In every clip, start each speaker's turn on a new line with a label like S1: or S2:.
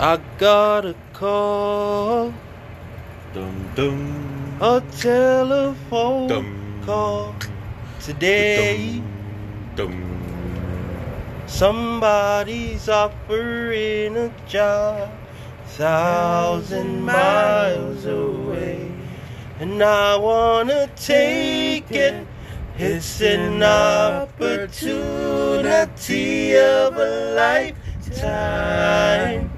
S1: I got a call,
S2: Dum dum.
S1: a telephone
S2: Dum.
S1: call today.
S2: Dum.
S1: Somebody's offering a job thousand miles away. And I wanna take it. It's an opportunity of a lifetime.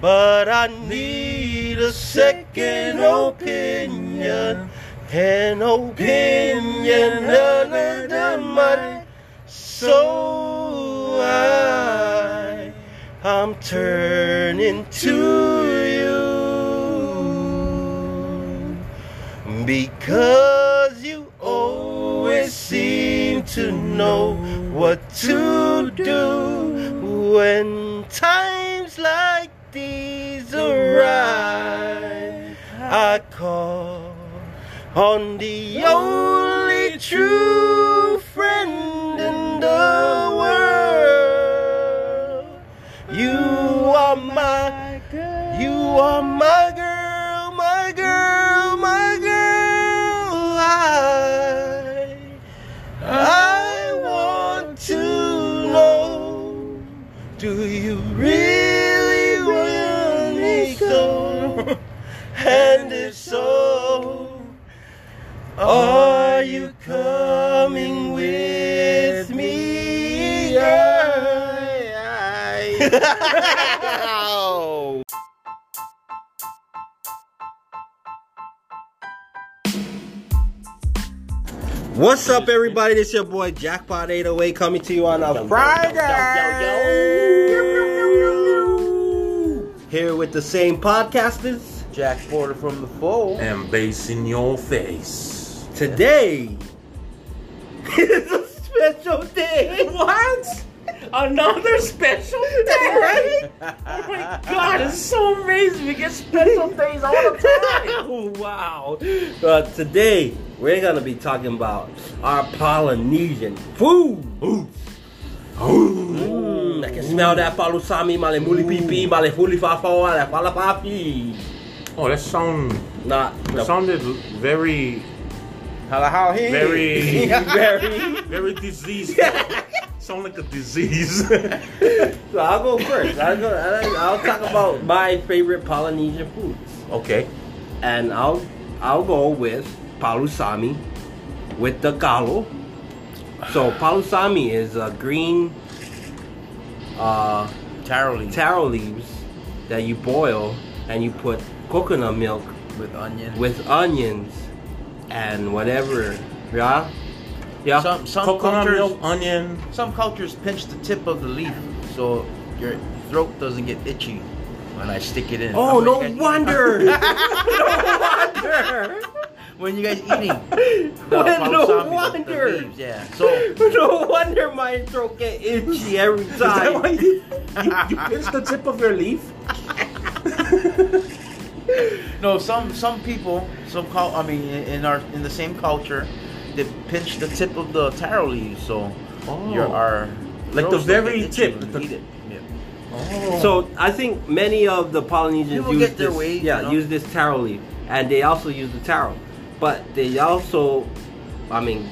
S1: But I need a second opinion. An opinion other than mine. So I, I'm turning to you because you always seem to know what to do when times like these arise. I call on the only true friend in the world. You are my, you are my girl, my girl, my girl. I, I want to know, do you really want me so? And if so, are you coming with me, girl? What's up, everybody? This your boy Jackpot 808 coming to you on a Friday. Here with the same podcasters.
S3: Jack Porter from the Fold.
S2: And bass in your face.
S1: Today is a special day.
S4: What? Another special day, right? Oh my god, it's so amazing. We get special days all the
S1: wow. Uh, today, we're going to be talking about our Polynesian food.
S2: Oh,
S1: Mm, I can smell that palusami, male muli pipi, male fuli fafo, male falapapi.
S2: Oh, that sound
S1: Not
S2: that sounded very,
S3: Hello, how he?
S2: very,
S1: very.
S2: very diseased. sound like a disease.
S1: So I'll go first. I'll, go, I'll, I'll talk about my favorite Polynesian foods.
S2: okay.
S1: And I'll I'll go with palusami with the galo. So palusami is uh, green uh,
S3: Taro leaf
S1: taro leaves that you boil and you put coconut milk
S3: with onion.
S1: with onions and whatever. Yeah? Yeah.
S3: some some
S2: uh, Coconut
S3: cultures,
S2: milk, onion.
S3: some cultures pinch the tip of the leaf so your throat doesn't get itchy when I stick it in.
S1: oh,
S3: When you
S1: no
S3: guys-
S1: wonder! no wonder!
S3: When you guys eating, the
S1: Well, no
S3: balsamic, the- the
S1: wonder.
S3: leaves, yeah. So
S1: No wonder my throat get itchy every time.
S2: you, you, you pinch the tip of your leaf?
S3: no, some some people, some cul- I mean, in our in the same culture, they pinch the tip of the taro leaves so
S2: Oh.
S3: your our
S2: Like the
S3: throats don't
S2: very
S3: get itchy
S2: tip,
S3: when
S2: the-
S3: you eat it. Yeah.
S2: Oh.
S1: So I think many of the Polynesians
S3: People
S1: use
S3: get their
S1: this,
S3: way,
S1: yeah,
S3: you know?
S1: use this taro leaf, and they also use the taro, but they also, I mean,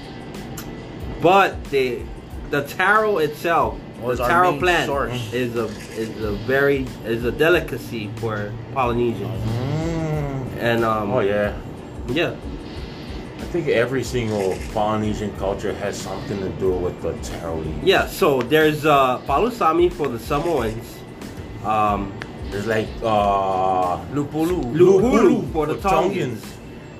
S1: but they, the taro itself,
S3: Well, it's
S1: the
S3: our
S1: taro
S3: main
S1: plant
S3: source.
S1: is a is a very is a delicacy for Polynesians,
S2: Mm.
S1: and um,
S2: Oh, yeah.
S1: yeah,
S2: I think every single Polynesian culture has something to do with the taro leaf.
S1: yeah. So there's uh, palusami for the Samoans, um,
S2: There's like uh
S3: Lupulu.
S1: Luhulu for the Tongans.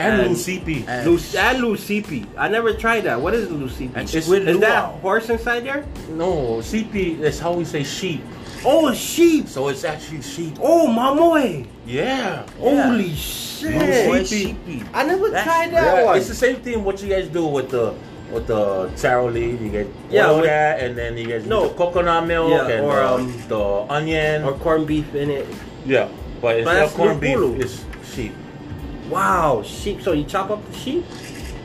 S2: and,
S1: And-
S2: Lusipi.
S3: and-
S1: Lu- and Lucipi. I never tried that. What is Lucipi?
S2: And
S1: Is,
S2: squid
S1: is that
S2: luau.
S1: horse inside there?
S2: no, Sipi is how we say sheep.
S1: Oh, sheep.
S2: So it's actually sheep.
S1: Oh, mamoy.
S2: Yeah.
S3: Yeah.
S1: Holy shit.
S2: Mamoy.
S1: I never
S3: That's-
S1: tried that
S2: Yeah,
S1: one.
S2: It's the same thing what you guys do with the with the taro leaf. You get
S1: Yeah,
S2: all
S1: with-
S2: that and then you guys use
S1: No.
S2: the coconut milk
S1: Yeah,
S2: and
S1: or,
S2: uh,
S1: um,
S2: the onion.
S1: or corned beef in it.
S2: yeah. But instead
S1: that's
S2: of corned beef,
S1: lupulu.
S2: it's sheep.
S1: Wow, sheep. So you chop up the sheep?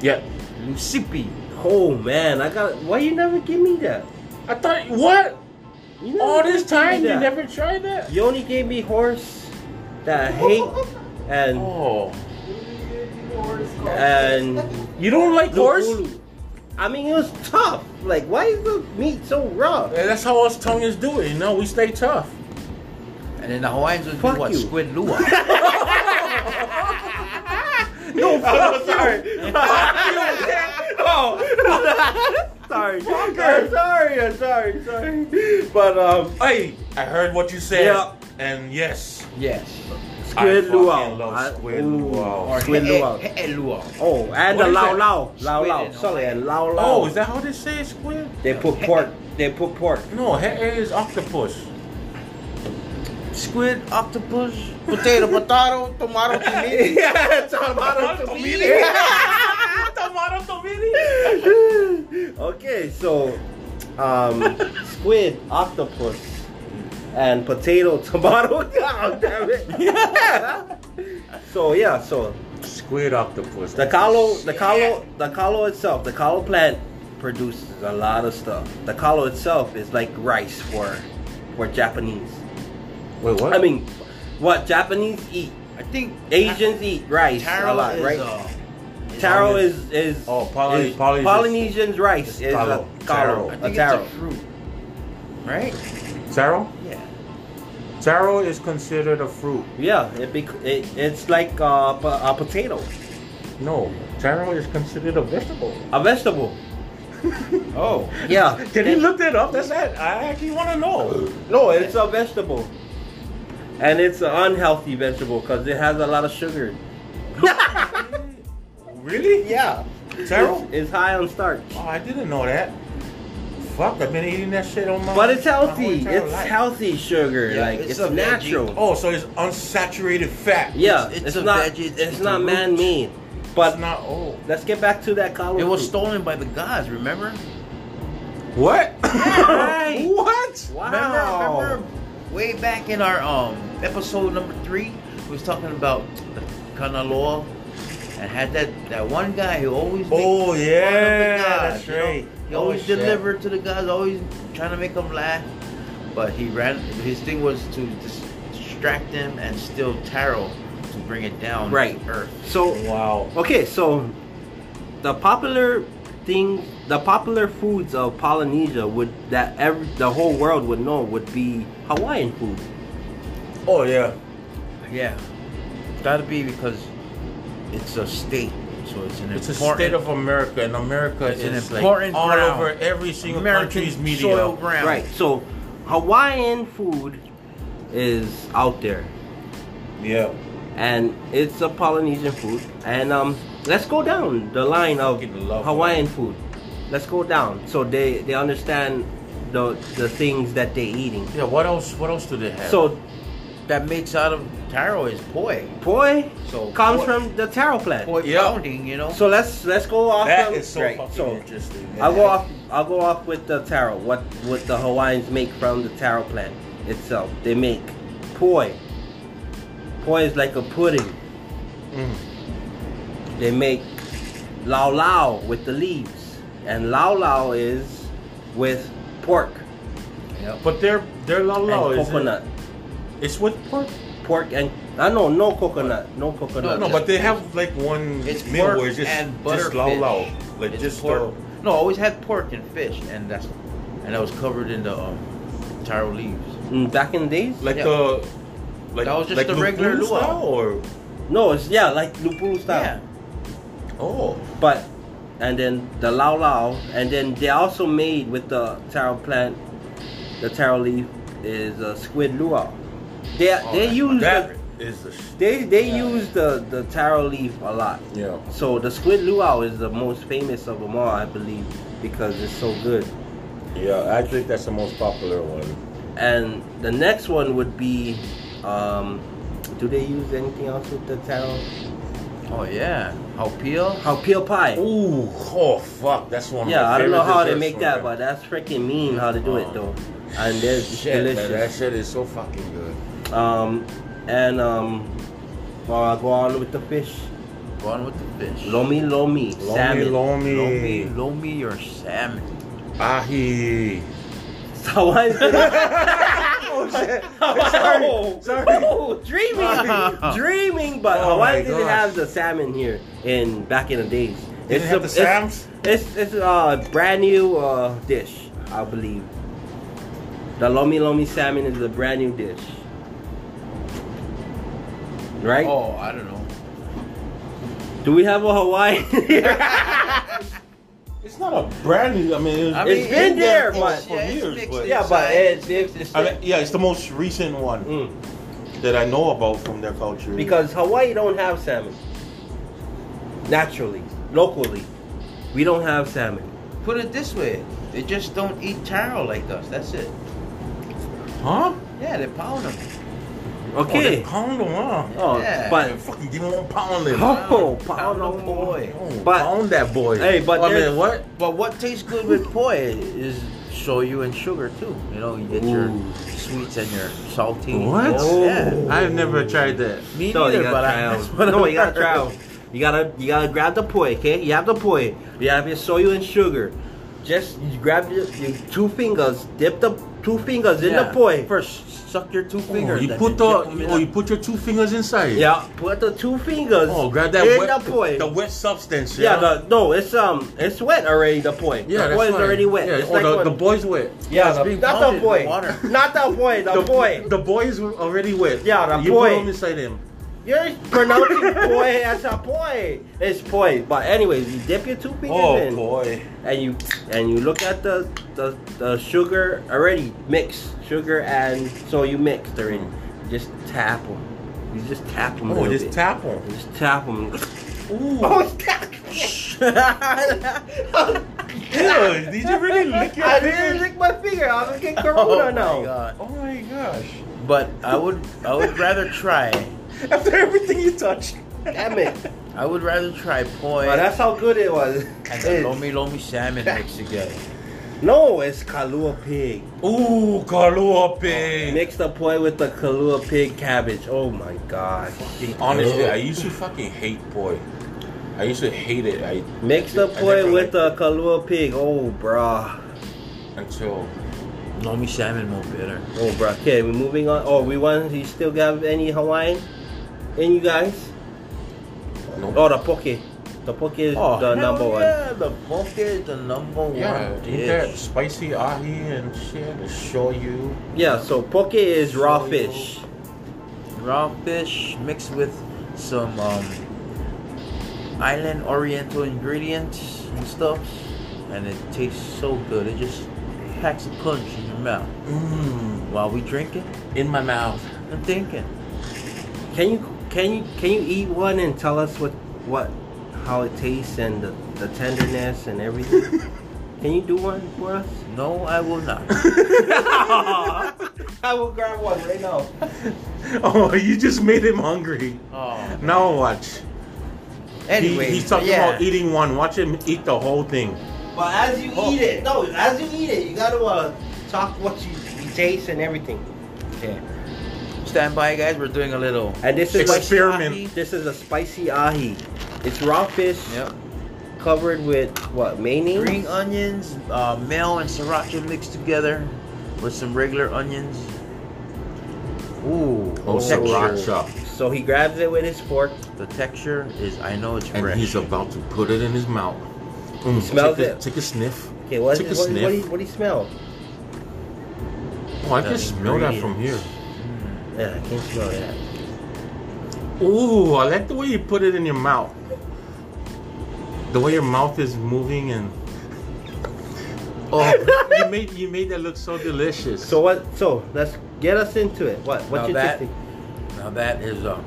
S2: Yeah.
S3: Lucipi.
S1: Oh man, I got. Why you never give me that?
S2: I thought what?
S1: You know,
S2: All this time,
S1: Yeah.
S2: you never tried that?
S1: You only gave me horse that I hate and
S2: Oh.
S1: and
S2: You don't like horse?
S1: Lulu. I mean, it was tough. Like, why is the meat so rough?
S2: Yeah, that's how us Tongans do it, you know? We stay tough.
S3: And then the Hawaiians would
S1: Fuck
S3: do what?
S1: you.
S3: Squid lua.
S1: No, fuck
S4: sorry.
S1: you. oh, sorry. I'm sorry. I'm sorry. Sorry. But um,
S2: Hey, I heard what you said.
S1: Yeah.
S2: And yes.
S3: yes.
S1: squid
S2: I fucking
S1: luau.
S2: love
S1: I-
S2: squid
S1: ooh,
S2: luau.
S1: or Squid luau.
S3: He'e luau.
S1: Oh, and
S2: What
S1: the
S2: is
S1: lau
S2: that?
S1: lau, lau
S3: Squid
S1: lau.
S3: in
S1: Sorry,
S3: Hawaii.
S1: and lau lau.
S2: Oh, is that how they say it, squid?
S1: They put pork. They put pork.
S2: No, head is octopus.
S3: Squid, octopus, potato, potato, tomato, tomato.
S1: yeah, tomato
S4: Tomato tomato.
S1: okay, so um, squid, octopus, and potato, tomato. God damn it. so yeah, so
S2: Squid octopus.
S1: the calo, the calo, the calo itself, the calo plant produces a lot of stuff. The calo itself is like rice for for Japanese.
S2: Wait, what?
S1: I mean, what Japanese eat,
S3: I think
S1: Asians eat rice
S3: taro
S1: a lot,
S3: is,
S1: right?
S3: uh, is
S1: Taro
S3: always-
S1: is is
S2: Oh, Poly-
S1: is
S2: Polynesian-
S1: Polynesians rice
S2: It's
S1: is
S2: taro.
S1: a taro,
S2: Taro.
S3: I
S1: a
S3: think
S1: taro.
S3: it's a fruit, right?
S2: taro?
S3: Yeah.
S2: Taro is considered a fruit.
S1: Yeah, it, bec it it's like uh, po- a potato,
S2: No, taro is considered a vegetable.
S1: a vegetable.
S2: Oh.
S1: Yeah.
S2: Can you look that up? That's it. I actually want to know.
S1: No, Oh, it's a vegetable, and it's an unhealthy vegetable because it has a lot of sugar.
S2: Really?
S1: Yeah,
S2: Taro?
S1: It's, it's high on starch,
S2: Oh, I didn't know that. Fuck, I've been eating that shit on my.
S1: but it's
S2: my whole
S1: healthy.
S2: entire
S1: It's
S2: life.
S1: healthy sugar,
S3: Yeah,
S1: like
S3: it's
S1: it's,
S3: a veggie.
S1: natural.
S2: Oh, so it's unsaturated fat.
S1: yeah,
S3: It's-
S1: it's,
S3: it's a
S1: not.
S3: veggie,
S1: it's,
S3: it's- it's a
S1: not
S3: root.
S1: man-made,
S2: But
S1: but
S2: it's not old.
S1: let's get back to that collard.
S3: It was
S1: fruit.
S3: stolen by the gods, remember?
S2: What?
S1: Right.
S2: What?
S1: Wow.
S3: Remember, remember way back in our um episode number three, we was talking about the Kanaloa and had that, that one guy who always made
S2: Oh,
S3: fun of the
S2: yeah, that's
S3: you know?
S2: right.
S3: He always
S2: Oh, shit.
S3: delivered to the guys, always trying to make them laugh. But he ran. His thing was to dis- distract them and steal tarot to bring it down
S1: Right.
S3: to earth.
S1: So
S2: Wow.
S1: Okay, so the popular thing, the popular foods of Polynesia would that every the whole world would know would be Hawaiian food.
S2: Oh yeah.
S3: Yeah, gotta be because it's a state, so it's an
S2: It's a
S3: important
S2: state of America, and America
S3: It's an
S2: is
S3: important
S2: like all
S3: ground.
S2: over every single
S3: American
S2: country's media.
S3: soil ground.
S1: Right. So Hawaiian food is out there,
S2: Yeah.
S1: and it's a Polynesian food. And um, let's go down the line of
S2: Fucking love
S1: Hawaiian food. Let's go down so they they understand the the things that they're eating.
S2: Yeah. What else? What else do they have?
S1: So
S3: that makes out of taro is poi.
S1: poi
S3: So
S1: comes
S3: poi-
S1: from the taro plant.
S3: Poi
S2: Yeah.
S3: pounding, you know.
S1: So let's let's go off.
S2: that
S1: the-
S2: is so
S1: right,
S2: fucking
S1: so
S2: interesting.
S1: I'll go off. I'll go off with the taro. What what the Hawaiians make from the taro plant itself? They make poi. Poi is like a pudding.
S2: Mm.
S1: They make lao lao with the leaves, and lao lao is with pork
S3: Yep.
S2: But their their lalau
S1: and
S2: is
S1: coconut.
S2: It's with pork.
S1: Pork and I know no coconut, no coconut.
S2: No, but they have like one
S3: It's
S2: meal
S3: pork
S2: where it's just
S3: and
S2: just lao
S3: butterfish.
S2: lao, like
S3: It's
S2: just uh,
S3: pork.
S2: pork.
S3: No, I always had pork and fish, and that's and that was covered in the um, taro leaves.
S1: Mm, back in the days,
S2: like
S3: Yeah.
S2: the like
S3: That was just
S2: like
S3: the regular
S2: Lupulus
S3: luau.
S2: now, or
S1: no, it's yeah, like lupulu style.
S3: Yeah,
S2: oh
S1: But and then the lao lao, and then they also made with the taro plant, the taro leaf is a squid luau. They
S2: Oh,
S1: they use
S2: that
S1: the,
S2: is the sh-
S1: they they use the the taro leaf a lot.
S2: yeah
S1: So the squid luau is the most famous of them all, I believe, because it's so good.
S2: yeah I think that's the most popular one.
S1: And the next one would be, um, do they use anything else with the taro?
S3: oh yeah, haupio.
S1: How peel pie?
S2: Ooh oh fuck that's one.
S1: Yeah, I
S2: of my
S1: don't know
S2: favorite
S1: how they
S2: desserts
S1: make
S2: from
S1: that,
S2: them.
S1: but that's freaking mean how they do it though. And it's
S2: shit, man,
S1: delicious.
S2: that shit is so fucking good.
S1: Um, and um, well, I'll go on with the fish.
S3: Gone with the fish.
S1: Lomi lomi,
S2: Lomi
S1: salmon,
S2: lomi,
S3: lomi, lomi or salmon.
S2: ahi.
S1: Hawaiian
S2: oh shit!
S1: Oh,
S2: Sorry, sorry.
S1: Oh, dreaming, dreaming. But
S2: Oh
S1: Hawaii
S2: my
S1: didn't
S2: gosh.
S1: have the salmon here in back in the days.
S2: Didn't have the Sams?
S1: It's it's, it's a brand new uh, dish, I believe. The lomi lomi salmon is a brand new dish, right?
S3: Oh, I don't know.
S1: Do we have a Hawaiian? here?
S2: It's not a brand new. I mean, it was,
S3: I mean,
S1: It's been there,
S2: for,
S1: but-
S2: for years, but
S1: Yeah, but it- it- it's-
S2: I mean, yeah, it's the most recent one
S1: Mm.
S2: that I know about from their culture.
S1: because Hawaii don't have salmon naturally, locally. We don't have salmon.
S3: Put it this way, they just don't eat taro like us. That's it.
S2: huh?
S3: Yeah, they pound them.
S2: Oh, they
S1: Okay.
S2: pound them on.
S1: Oh,
S3: Yeah.
S1: but
S2: Man, fucking give him one pound then.
S1: Oh,
S3: Pound
S1: pound
S3: the boy.
S2: Oh,
S1: But-
S2: pound that boy.
S1: Hey, but
S2: I
S1: there's-
S2: mean, what?
S3: But what tastes good with poi is shoyu and sugar too. You know, you get
S1: Ooh.
S3: your sweets and your saltines.
S2: What?
S3: Yeah.
S1: Oh.
S2: I've never tried that.
S3: Me
S1: No, you
S3: neither,
S1: gotta
S3: but
S1: try
S3: I, that's
S1: out.
S3: what
S1: No,
S3: I've
S1: you gotta try
S3: heard.
S1: out. You gotta you gotta grab the poi, okay? You have the poi. You have your soyu and sugar. Just you grab your, your two fingers, dip the two fingers in the
S3: Yeah.
S1: poi.
S3: First, suck your two
S2: Oh,
S3: fingers.
S2: you
S3: then
S2: put the
S3: dip 'em in
S2: oh,
S3: a-
S2: you put your two fingers inside.
S1: Yeah, put the two fingers.
S2: Oh, grab that
S1: in
S2: wet,
S1: the poi.
S2: the wet substance.
S1: yeah, the, no, it's um, it's wet already. The poi. the
S2: yeah, that's
S1: poi is
S2: why.
S1: already wet.
S2: Yeah,
S1: It's
S2: oh,
S1: like
S2: the,
S1: when-
S2: the boy's wet.
S1: yeah,
S3: it's
S1: the-
S3: being
S1: not the
S3: pounded in
S1: poi.
S3: water.
S1: Not the poi. The poi.
S2: The boys were already wet.
S1: Yeah, the
S2: you
S1: boy.
S2: put them inside him.
S1: You're pronouncing poi as a poi. It's poi. But anyways, you dip your two fingers
S2: Oh,
S1: in.
S2: boy.
S1: and you and you look at the the, the sugar already mixed sugar and so you mixed already. You just tap them. You just tap them.
S2: Oh, just tap him.
S1: Just tap them.
S2: Ooh.
S1: Oh,
S2: Ew, did you really lick your
S1: I
S2: finger?
S1: didn't lick my finger. I'm gonna get
S3: Oh
S1: corona
S3: my
S1: now.
S3: God.
S2: Oh my gosh.
S3: But I would, I would rather try.
S2: After everything you touch.
S1: Damn it!
S3: I would rather try poi
S1: But that's how good it was.
S3: and the
S1: It's-
S3: lomi lomi salmon mixed together.
S1: no, it's Kalua pig.
S2: Ooh, Kalua pig.
S1: Mix the poi with the Kalua pig cabbage. Oh my god.
S2: Honestly, I used to fucking hate boy. I used to hate it. I
S1: Mix the
S2: I
S1: poi
S2: never
S1: with the
S2: liked
S1: Kalua pig. Oh, bruh.
S2: until
S3: Lomi salmon more bitter.
S1: Oh, bro. Okay, we're moving on. Oh, we want. You still got any Hawaiian in you guys?
S2: no.
S1: Oh, the poke. The poke is the
S3: Oh, hell
S1: number one.
S3: yeah, the poke is the number
S2: Yeah,
S3: one
S2: with that
S3: dish.
S2: spicy ahi and shit, the shoyu.
S1: Yeah. So poke is raw
S2: So-
S1: fish.
S3: Raw fish mixed with some um, island oriental ingredients and stuff, and it tastes so good. It just packs a punch in your mouth
S2: Mmm,
S3: while we drinking
S2: in my mouth.
S3: and thinking.
S1: Can you can you can you eat one and tell us what what how it tastes and the, the tenderness and everything? can you do one for us?
S3: No, I will not.
S1: I will grab one right now.
S2: Oh, you just made him hungry.
S3: oh.
S2: Now watch.
S3: Anyway,
S2: he, he's talking
S3: yeah.
S2: about eating one. Watch him eat the whole thing.
S1: But as you
S3: Poke.
S1: eat it, no, as you eat it, you gotta uh, talk what you, you taste and everything.
S3: Okay. Stand by, guys. We're doing a little.
S1: And this is like
S2: Experiment.
S3: Ahi.
S1: This is a spicy ahi. It's raw fish
S3: Yep.
S1: covered with what mayonnaise?
S3: Green onions, uh, mel and sriracha mixed together with some regular onions. Ooh,
S2: Oh,
S3: the texture.
S2: sriracha.
S1: So he grabs it with his fork.
S3: The texture is, I know it's
S2: And
S3: fresh.
S2: he's about to put it in his mouth. Mm,
S1: Smells
S2: take a,
S1: it.
S2: Take a sniff.
S1: Okay, what,
S2: Take a
S1: what, what,
S2: sniff.
S1: do you, what do you smell?
S2: Oh, I
S3: The
S2: can smell that from here.
S3: ingredients.
S1: Yeah, I can't smell that.
S2: Ooh, I like the way you put it in your mouth. The way your mouth is moving and oh, you made you made that look so delicious.
S1: So what? So let's get us into it. What? What
S3: Now
S1: you
S3: that-
S1: tasting?
S3: Now that is uh,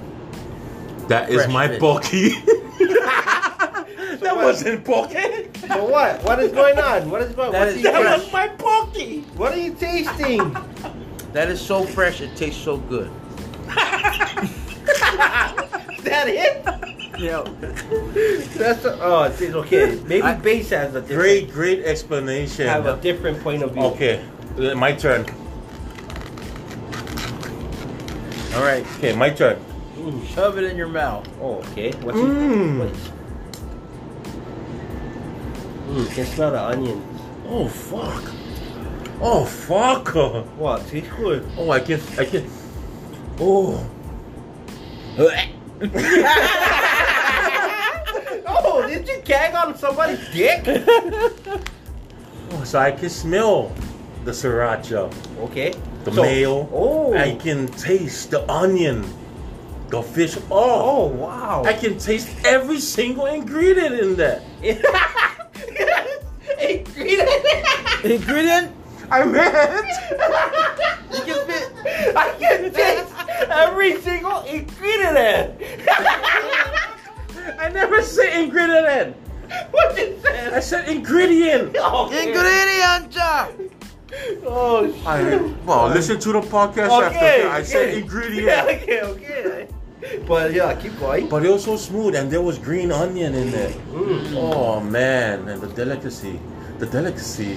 S2: that is
S3: fresh
S2: my
S3: fish.
S2: bulky. that
S1: what?
S2: wasn't bulky.
S1: So what? What is going on? What is going?
S3: That
S1: What,
S3: is
S1: you
S2: That
S3: fresh.
S2: was my bulky.
S1: what are you tasting?
S3: that is so fresh. It tastes so good.
S1: is that it?
S3: Yeah.
S1: That's a, oh, it's okay. Maybe
S3: I-
S1: base has a different,
S2: Great, great explanation.
S1: have a different point of view.
S2: Okay, uh, my turn.
S3: All right,
S2: Okay, my turn.
S3: shove it in your mouth.
S1: Oh, okay. What
S3: Mmm.
S2: Mm.
S1: you? What? Mmm, Mm, can smell the onions.
S2: Oh fuck. Oh fuck!
S1: What? Tastes good.
S2: Oh, I can I can. Oh.
S1: Oh, did you gag on somebody's dick?
S2: oh, so I can smell the sriracha,
S1: Okay.
S2: the
S1: So-
S2: mayo.
S1: Oh.
S2: I can taste the onion, the fish. Oh,
S1: Oh wow.
S2: I can taste every single ingredient in that.
S1: Ingredient?
S2: I'm it.
S1: You can fit. I can taste every single ingredient.
S2: I never said ingredient.
S1: what you
S2: I
S1: say?
S2: said ingredient.
S3: Ingredient.
S1: Oh shit.
S2: well, listen to the podcast
S1: Okay, okay.
S2: ingredient.
S1: Yeah. Okay. Okay. But yeah, keep going.
S2: But it was so smooth, and there was green onion in there.
S1: Mm.
S2: Oh man, and the delicacy, the delicacy.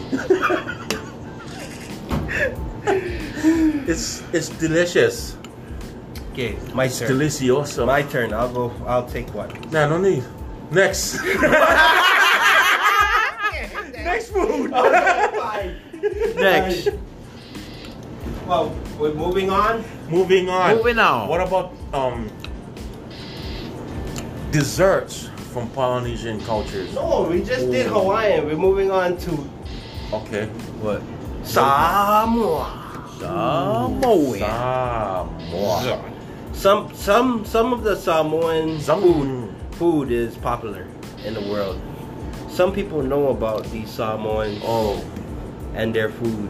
S2: it's it's delicious,
S1: Okay, my turn.
S2: delicioso.
S1: my turn. I'll go. I'll take one.
S2: nah, no need. Next,
S1: Next food. Next. Well, we're moving on.
S2: moving on.
S3: Moving on.
S2: What about um desserts from Polynesian cultures?
S1: No, we just did Hawaiian. We're moving on to
S2: Okay.
S3: What?
S1: Samoa. Oh,
S3: Samoan.
S2: Samoa.
S1: Some some some of the Samoan
S2: Samoan.
S1: food is popular in the world. Some people know about these Samoans
S2: Oh,
S1: and their food.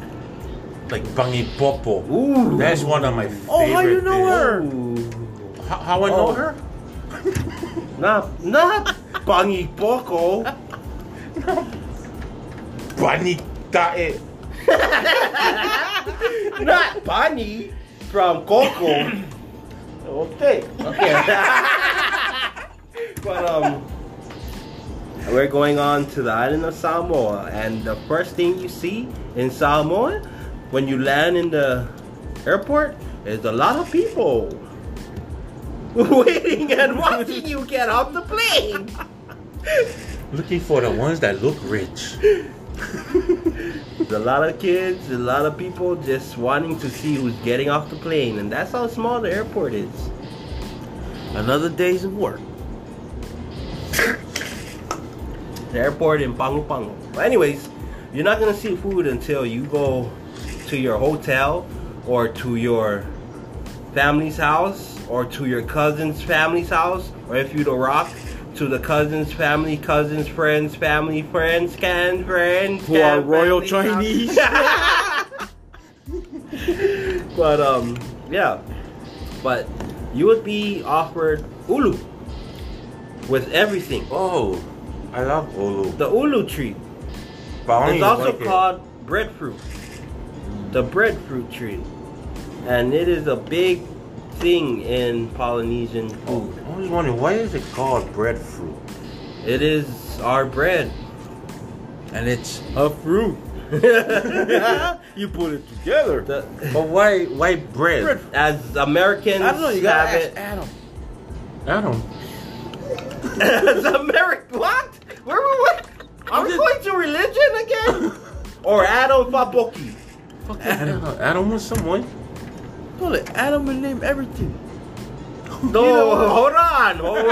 S2: like bangi popo.
S1: Ooh.
S2: That's one of my favorite.
S3: Oh, how you know
S2: dishes.
S3: her?
S1: Ooh.
S2: How, how I
S1: Oh.
S2: know her?
S1: Not not bangi boko.
S2: Banitae.
S1: not Bunny from Coco. okay. Okay. but um, we're going on to the island of Samoa, and the first thing you see in Samoa when you land in the airport is a lot of people waiting and watching you get off the plane.
S2: Looking for the ones that look rich.
S1: There's a lot of kids, a lot of people just wanting to see who's getting off the plane, and that's how small the airport is.
S3: Another day's of work.
S1: the airport in Pangu Pangu. But anyways, you're not gonna see food until you go to your hotel or to your family's house or to your cousin's family's house or if you the rock to the cousin's family, cousin's friends, family friends, can friends
S3: Who are
S1: can
S3: royal
S1: family's house. but um yeah. But you would be offered ulu with everything.
S2: Oh, I love ulu.
S1: The ulu tree.
S2: But I only
S1: It's also
S2: like it.
S1: called breadfruit. The breadfruit tree. And it is a big thing in Polynesian
S2: Oh,
S1: food.
S2: I was wondering why is it called breadfruit?
S1: It is our bread.
S3: And it's
S1: A fruit.
S3: you put it together.
S1: The,
S2: But why why bread?
S3: Breadfruit.
S1: as Americans
S3: I don't know. You gotta
S1: have
S3: ask
S1: it.
S3: Adam.
S2: Adam.
S1: as American. What? Where were we? Are we going to religion again? or Adam Faboki?
S2: Adam. Adam was someone.
S3: Call it Adam and name everything.
S1: No, hold on, hold on.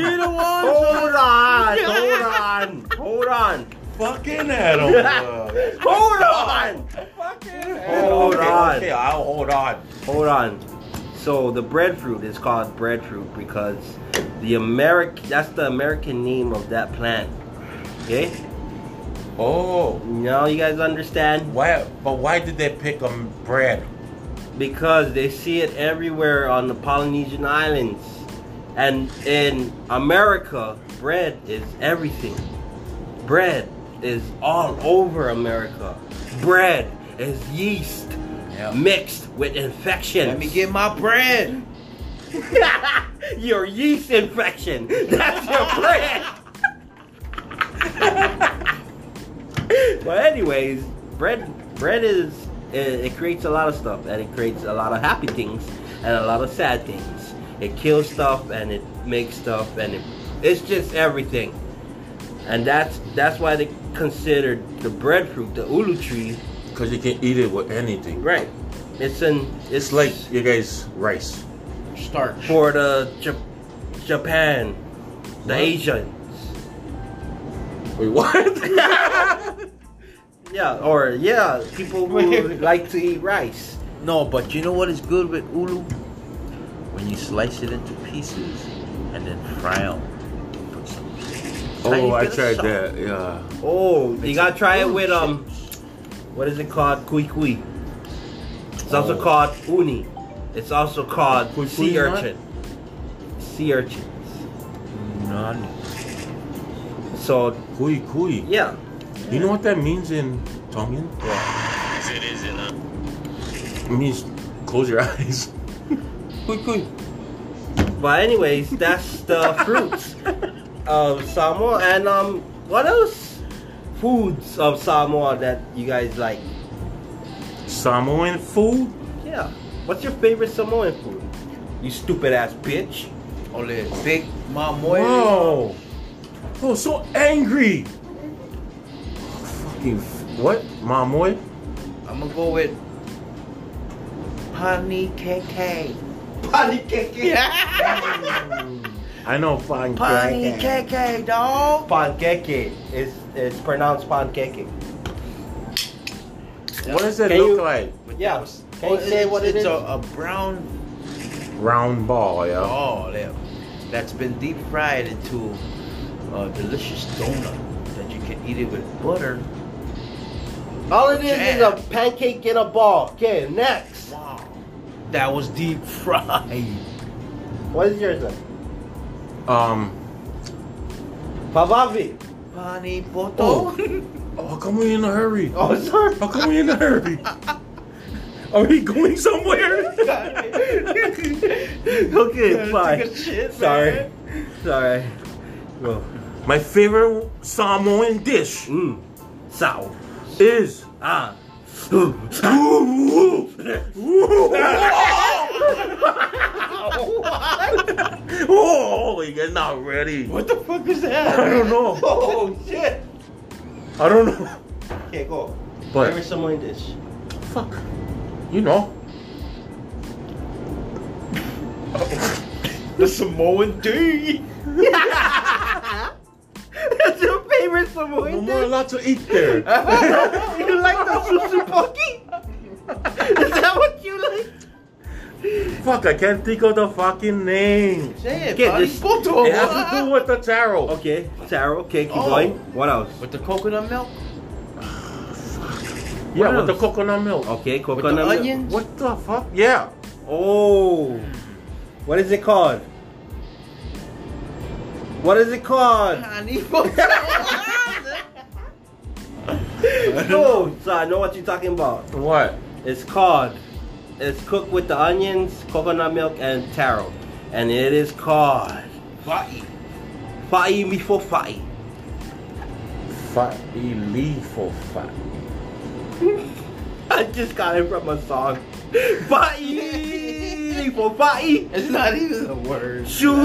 S3: You're the one.
S1: Hold on, hold on, hold on.
S2: Fucking Adam.
S1: Hold on! Hold
S2: okay,
S1: on.
S2: Okay, I'll hold on.
S1: Hold on. So the breadfruit is called breadfruit because the American that's the American name of that plant. Okay?
S2: Oh,
S1: Now you guys understand?
S2: why? But why did they pick um bread?
S1: Because they see it everywhere on the Polynesian islands. And in America, bread is everything. Bread is all over America. Bread is yeast mixed with infection.
S3: Let me get my bread.
S1: your yeast infection. That's your bread. but anyways, bread bread is it, it creates a lot of stuff and it creates a lot of happy things and a lot of sad things. It kills stuff and it makes stuff and it, it's just everything. And that's that's why they considered the breadfruit, the ulu tree,
S2: because you can eat it with anything.
S1: Right. It's in.
S2: It's like you guys rice.
S3: Starch.
S1: for the Jap- Japan, the
S2: What?
S1: Asians.
S2: Wait, what?
S1: Yeah, or yeah, people who
S2: Wait.
S1: like to eat rice.
S3: No, but you know what is good with ulu? When you slice it into pieces and then fry them. Put some tiny
S2: oh, I
S3: bit of
S2: tried
S3: salt.
S2: that. Yeah.
S1: Oh, you
S3: It's
S1: gotta try it
S3: good
S1: with um,
S3: shit.
S1: what is it called? Kui kui. It's also
S2: Oh.
S1: called uni. It's also called
S2: Kui kui
S1: sea
S2: nut?
S1: urchin. Sea urchins.
S3: None.
S1: So
S2: Kui kui.
S1: yeah,
S2: You know what that means in Tongan? It means close your eyes.
S3: Quick, quick.
S1: but anyways, that's the fruits of Samoa. And um, what else? Foods of Samoa that you guys like?
S2: Samoan food?
S1: Yeah. What's your favorite Samoan food? You stupid ass bitch.
S3: Ole, big mamoy.
S2: Whoa! Oh, so angry! Fucking f- what? Mamoy?
S3: I'm gonna go with pani keke.
S1: Pani keke.
S2: I know fine.
S3: Pani
S2: crack.
S3: keke, dog.
S1: Pankeke. It's it's pronounced pankeke.
S2: What does it
S1: Can
S2: look
S1: you-
S2: like?
S1: Yeah. Can you
S3: Well,
S1: say what it
S3: it's
S1: is?
S3: a, a brown
S2: Round ball, yeah.
S3: ball there that's been deep fried into a delicious donut that you can eat it with butter.
S1: All it is is
S3: Jam.
S1: a pancake in a ball. Okay, next.
S3: Wow, that was deep fried.
S1: What is yours then?
S2: Um,
S1: Pavavi.
S3: Pani
S2: oh.
S3: poto.
S2: oh, how come we in a hurry?
S1: Oh, sorry.
S2: How come we in a hurry? Are we going somewhere?
S1: okay, fine. Sorry. Sorry. Well,
S2: My favorite Samoan dish
S1: mm. Sour.
S2: is.
S1: Ah.
S2: oh, you're not ready.
S1: What the fuck is that?
S2: I don't know.
S1: Oh shit.
S2: I don't know.
S1: Okay, go.
S2: But-
S1: Favorite Samoan dish.
S2: Fuck. You know.
S3: The Samoan D.
S1: That's your favorite Samoan
S2: No more allowed to eat there.
S1: you like the sushi pocky? Is that what you like?
S2: Fuck, I can't think of the fucking name.
S3: Say it,
S1: Get
S3: pani
S1: this-
S3: poto.
S2: It has to do with the taro.
S1: Oh, Okay, Taro. Okay, keep
S3: Oh.
S1: going. What else?
S3: with the coconut milk,
S2: Yeah, with
S1: else?
S2: the coconut milk.
S1: Okay,
S3: with
S1: coconut
S3: the
S1: milk.
S3: onions.
S2: What the fuck? Yeah.
S1: Oh, what is it called? What is it called?
S3: Pani poto.
S1: no, so I know what you're talking about.
S2: What?
S1: It's called. It's cooked with the onions, coconut milk, and taro, and it is called
S3: Bye.
S1: fa'i mifo fa'i.
S2: Fatty leaf or fat.
S1: I just got it from a song. Fa'i mifo fa'i.
S3: It's not even a word.
S1: Shoo!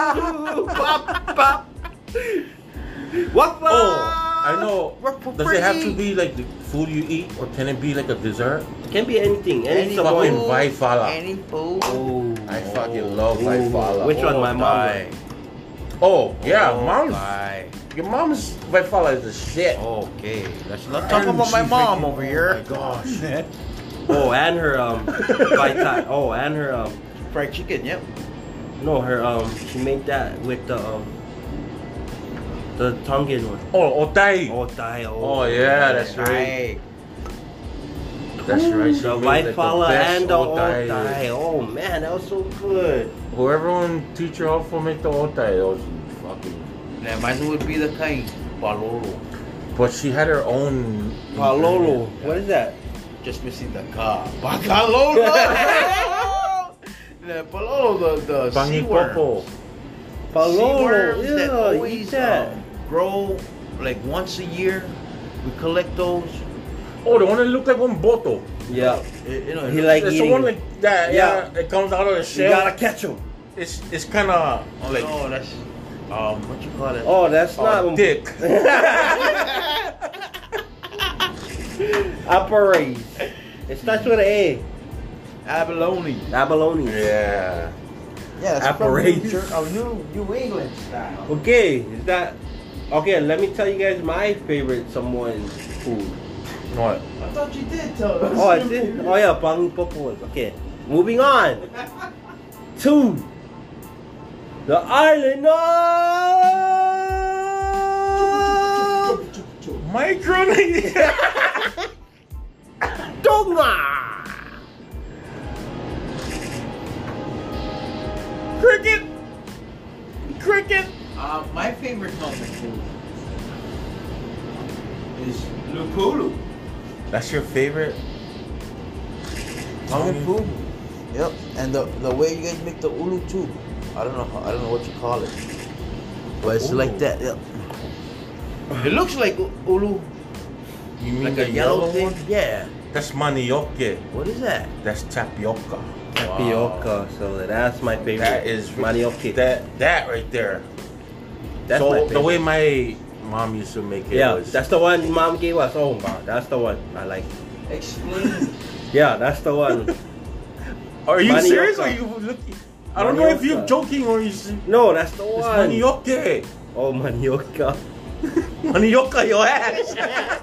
S1: pop, pop. What?
S2: Oh, I know.
S3: We're
S2: Does it have to be
S3: free.
S2: like the food you eat, or can it be like a dessert?
S1: It can be anything. Any
S3: Any
S2: fucking
S1: Samoan.
S3: food,
S2: Vai Fala.
S3: Any food.
S1: Oh.
S2: I fucking love Vaifala.
S1: Which one?
S3: Oh,
S1: My mom.
S3: Thai.
S1: likes.
S2: Oh, yeah,
S3: Oh,
S2: mom's.
S3: Thai.
S2: Your mom's Vaifala is the shit.
S3: Okay, let's not
S2: And
S3: talk about my
S2: she
S3: mom
S2: freaking-
S3: over
S2: Oh
S3: here.
S2: my gosh.
S1: Oh, and her um, Vai Thai. Oh, and her um,
S3: Fried chicken, yep.
S1: no, her um, she made that with the um, the Tongan one.
S2: Oh, otai.
S1: Oh, Thai. Oh,
S2: Oh, yeah, that's right.
S3: Right.
S2: That's right. She
S1: The Vai
S2: made, like,
S1: Fala
S2: best oh
S1: and the
S2: otai.
S1: Otai. Oh man, that was so good.
S2: Whoever want to teach her how to make the otai, that was fucking.
S3: Now, might as well be the kind. Balolo.
S2: But she had her own.
S1: Palolo. What is that?
S3: Just missing the car. Bacalolo! the Balolo, the, the sea worm.
S2: Bangipopo.
S3: Sea
S1: Palolo.
S3: worms
S1: Yeah,
S3: that
S1: eat
S3: always
S2: uh,
S1: that.
S3: um, grow like once a year. We collect those.
S2: Oh, the one that looked like one bottle.
S1: Yeah.
S3: It- you know, it
S1: He
S3: looks
S1: like
S2: It's the
S1: eating.
S2: one like that.
S1: Yeah.
S2: Yeah. it comes out of the
S1: you
S2: shell.
S1: gotta catch him.
S2: It's it's kind of
S3: Oh,
S2: like
S3: no, that's um, what you call it?
S1: Oh, that's
S2: a
S1: not
S2: dick.
S1: Operate. It starts with an
S3: Abalone.
S1: A. Abalone.
S2: Yeah.
S3: Yeah, that's
S1: Apparatus.
S3: from New, Jer- or New, New England style.
S1: Okay, is that okay? Let me tell you guys my favorite Samoan food.
S2: What?
S3: I thought you did tell us.
S1: Oh, I did. Oh yeah, Bangi Popo was okay. Moving on to the island of
S2: Micronesia.
S1: Tonga.
S2: Cricket. Cricket.
S3: Uh, my favorite Celtic food is lupulu.
S2: That's your favorite?
S3: Lupulu. Yep, and the, the way you guys make the ulu too. I don't know how, I don't know what you call it, but it's like
S2: Ulu.
S3: that. Yep. It looks like u- ulu,
S2: You mean
S3: like
S2: the
S3: a yellow,
S2: yellow
S3: thing.
S2: one?
S3: Yeah.
S2: That's manioca.
S3: What is that?
S2: That's tapioca.
S1: Tapioca. So that's my favorite.
S2: That is
S1: manioca.
S2: That that right there.
S1: that's
S2: so
S1: my
S2: the
S1: favorite.
S2: way my mom used to make it
S1: yeah,
S2: was
S1: that's the one mom gave us. Oh wow, that's the one I like.
S3: Explain.
S1: Yeah, that's the one.
S2: Are you
S1: Manioca.
S2: serious? Or you looking? I don't know if you're
S1: Manioca.
S2: joking or you. se-
S1: no, that's the
S2: It's
S1: one.
S2: manioca.
S1: Oh manioca.
S2: Manioca, your
S1: eh?
S2: ass.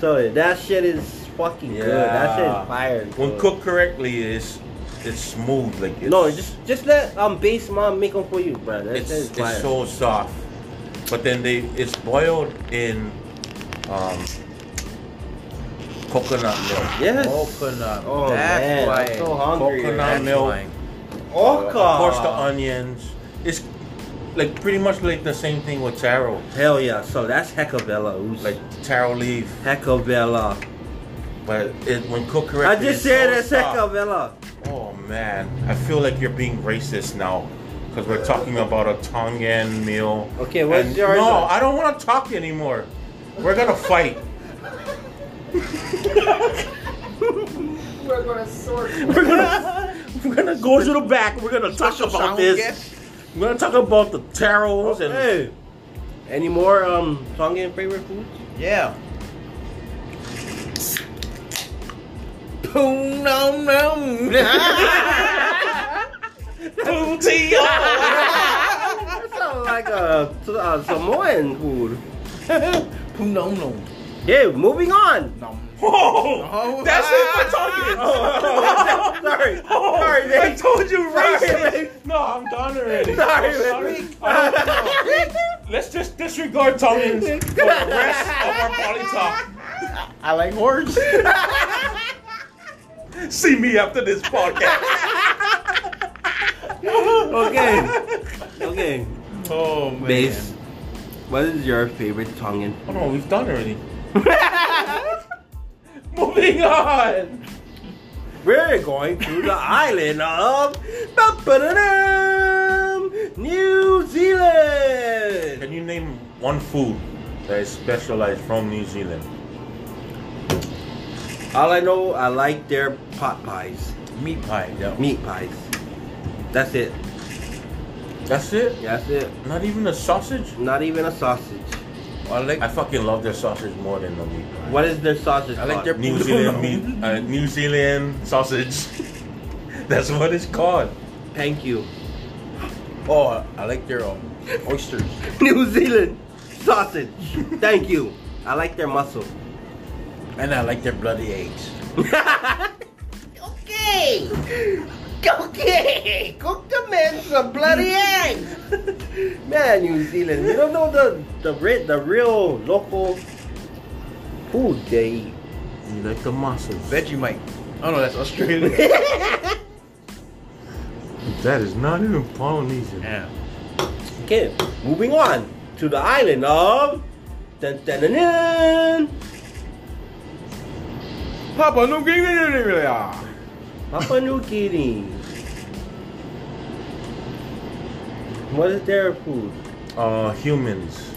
S1: So that shit is fucking good. That shit
S2: Yeah.
S1: is fire.
S2: when
S1: bro.
S2: cooked correctly, it's it's smooth. Like it's,
S1: No, just just let um base mom make them for you, bro. That
S2: it's
S1: shit is
S2: it's
S1: fire.
S2: so soft. But then they it's boiled in um, coconut milk.
S1: yes.
S3: Coconut.
S1: Oh,
S3: That's
S1: man,
S3: why.
S1: I'm so hungry. Ah.
S2: Coconut
S1: man. Oh,
S2: milk.
S3: why.
S1: Orca.
S2: Of course, the onions. It's like pretty much like the same thing with taro,
S1: Hell yeah. So that's Heckabella. Who's
S2: like
S1: like
S2: taro leaf.
S1: Heckabella?
S2: But it, when cooked
S1: I
S2: correctly,
S1: just
S2: it's
S1: said
S2: so
S1: that's
S2: soft.
S1: Heckabella.
S2: Oh man, I feel like you're being racist now because we're talking about a Tongan meal.
S1: Okay, what's
S2: And-
S1: yours?
S2: No, I don't want to talk anymore. We're gonna fight.
S5: We're gonna sort.
S2: we're gonna we're gonna go to the back. We're gonna talk about this. We're gonna talk about the taros and
S1: Hey. Any more um Tongan favorite foods?
S3: Yeah. Boom, nom, nom.
S1: That sounds like a, a Samoan food.
S3: Boom, nom, nom.
S1: Yeah, moving on.
S2: Whoa, Oh, that's it for Tongan.
S1: sorry, sorry,
S2: Oh, I
S1: man.
S2: told you
S1: Sorry,
S2: racist.
S1: man.
S2: No, I'm done already.
S1: Sorry,
S2: I'm
S1: man.
S2: I don't know. Let's just disregard Tongans for the rest of our body talk.
S3: I like words.
S2: See me after this podcast.
S1: Okay, okay.
S2: Oh man.
S1: Base. What is your favorite Tongan?
S2: Oh no, we've done already. Moving on.
S1: We're going to the island of Ba-ba-da-dum, New Zealand.
S2: Can you name one food that is specialized from New Zealand?
S1: All I know, I like their pot pies,
S2: Meat pie. Yeah.
S1: meat pies. That's it.
S2: That's it.
S1: That's it.
S2: Not even a sausage.
S1: Not even a sausage.
S3: I like,
S2: I fucking love their sausage more than the meat pie.
S1: What is their sausage?
S3: I like
S1: called?
S3: their-
S2: New Zealand meat. Uh, New Zealand sausage. That's what it's called.
S1: Thank you.
S3: oh, I like their um, oysters.
S1: New Zealand sausage. Thank you. I like their muscle.
S3: And I like their bloody eggs.
S1: Okay. Okay. Cook the man some bloody eggs. man, New Zealand. You don't know the the re- the real local food they eat.
S2: You like the muscles.
S3: Vegemite. Oh no, that's Australia.
S2: That is not even Polynesian.
S3: yeah.
S1: Okay, moving on to the island of dun, dun, dun, dun,
S3: Papa, no game yeah.
S1: Papua New Guinea. What is their food?
S2: Uh, humans.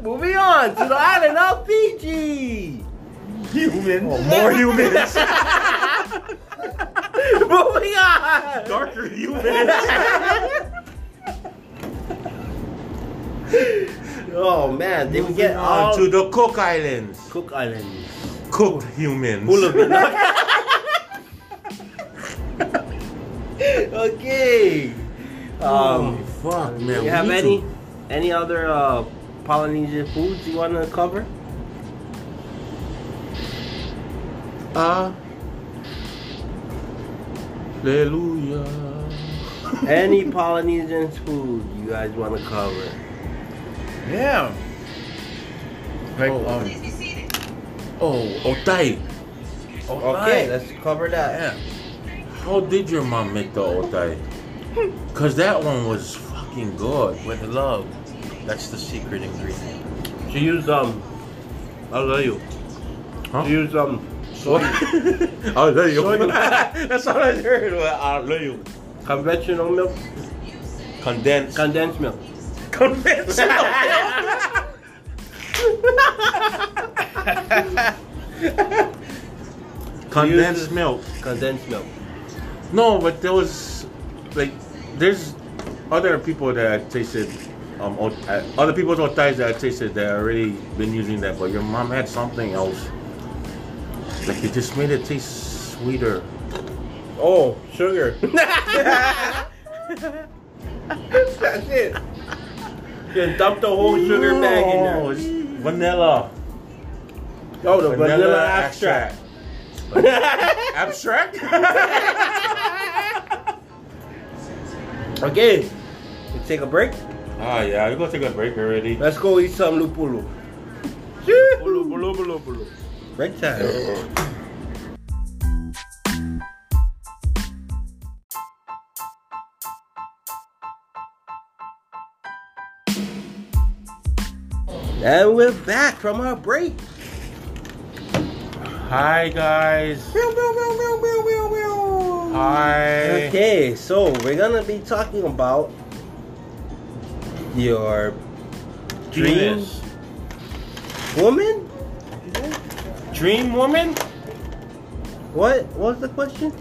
S1: Moving on to the island of Fiji.
S2: Humans. Oh, more humans.
S1: Moving on.
S2: Darker humans.
S1: Oh man, they would get
S2: Moving
S1: all
S2: on to the Cook Islands.
S1: Cook Islands.
S2: Cooked humans.
S1: okay.
S2: Oh,
S1: Um,
S2: fuck, man.
S1: you have
S2: we
S1: any
S2: too-
S1: any other uh, Polynesian foods you want to cover?
S2: Uh, hallelujah.
S1: Any Polynesian food you guys want to cover?
S3: Yeah. Like,
S2: Oh.
S3: um,
S5: Please be seated.
S2: Oh, otai.
S1: Okay,
S3: Alright.
S1: let's cover that.
S3: yeah.
S2: How did your mom make the otai? Cause that one was fucking good.
S3: With love. That's the secret ingredient.
S1: She used um, I love you.
S2: Huh?
S1: She used um,
S2: What? I love you.
S1: Soy.
S2: That's all I heard. was, I love you.
S1: conventional milk,
S2: Condensed.
S1: condensed milk.
S2: Condensed milk.
S1: Condensed milk.
S2: No, but there was like there's other people that I tasted um o- uh, other people's otais that I tasted that already been using that, but your mom had something else. Like it just made it taste sweeter.
S1: Oh, sugar. That's it. Just dump the whole sugar bag in there.
S2: No, it's Vanilla.
S1: Oh, the vanilla,
S2: abstract. Abstract?
S1: Okay, we take a break.
S2: Ah yeah, we're gonna take a break already.
S1: Let's go eat some lupulu.
S2: Bulu, bulu, bulu, bulu.
S1: Break time. And we're back from our break.
S2: Hi guys. Hi.
S1: Okay, so we're gonna be talking about your
S2: Dream.
S1: Dreams. woman.
S2: Dream woman?
S1: What? What was the question?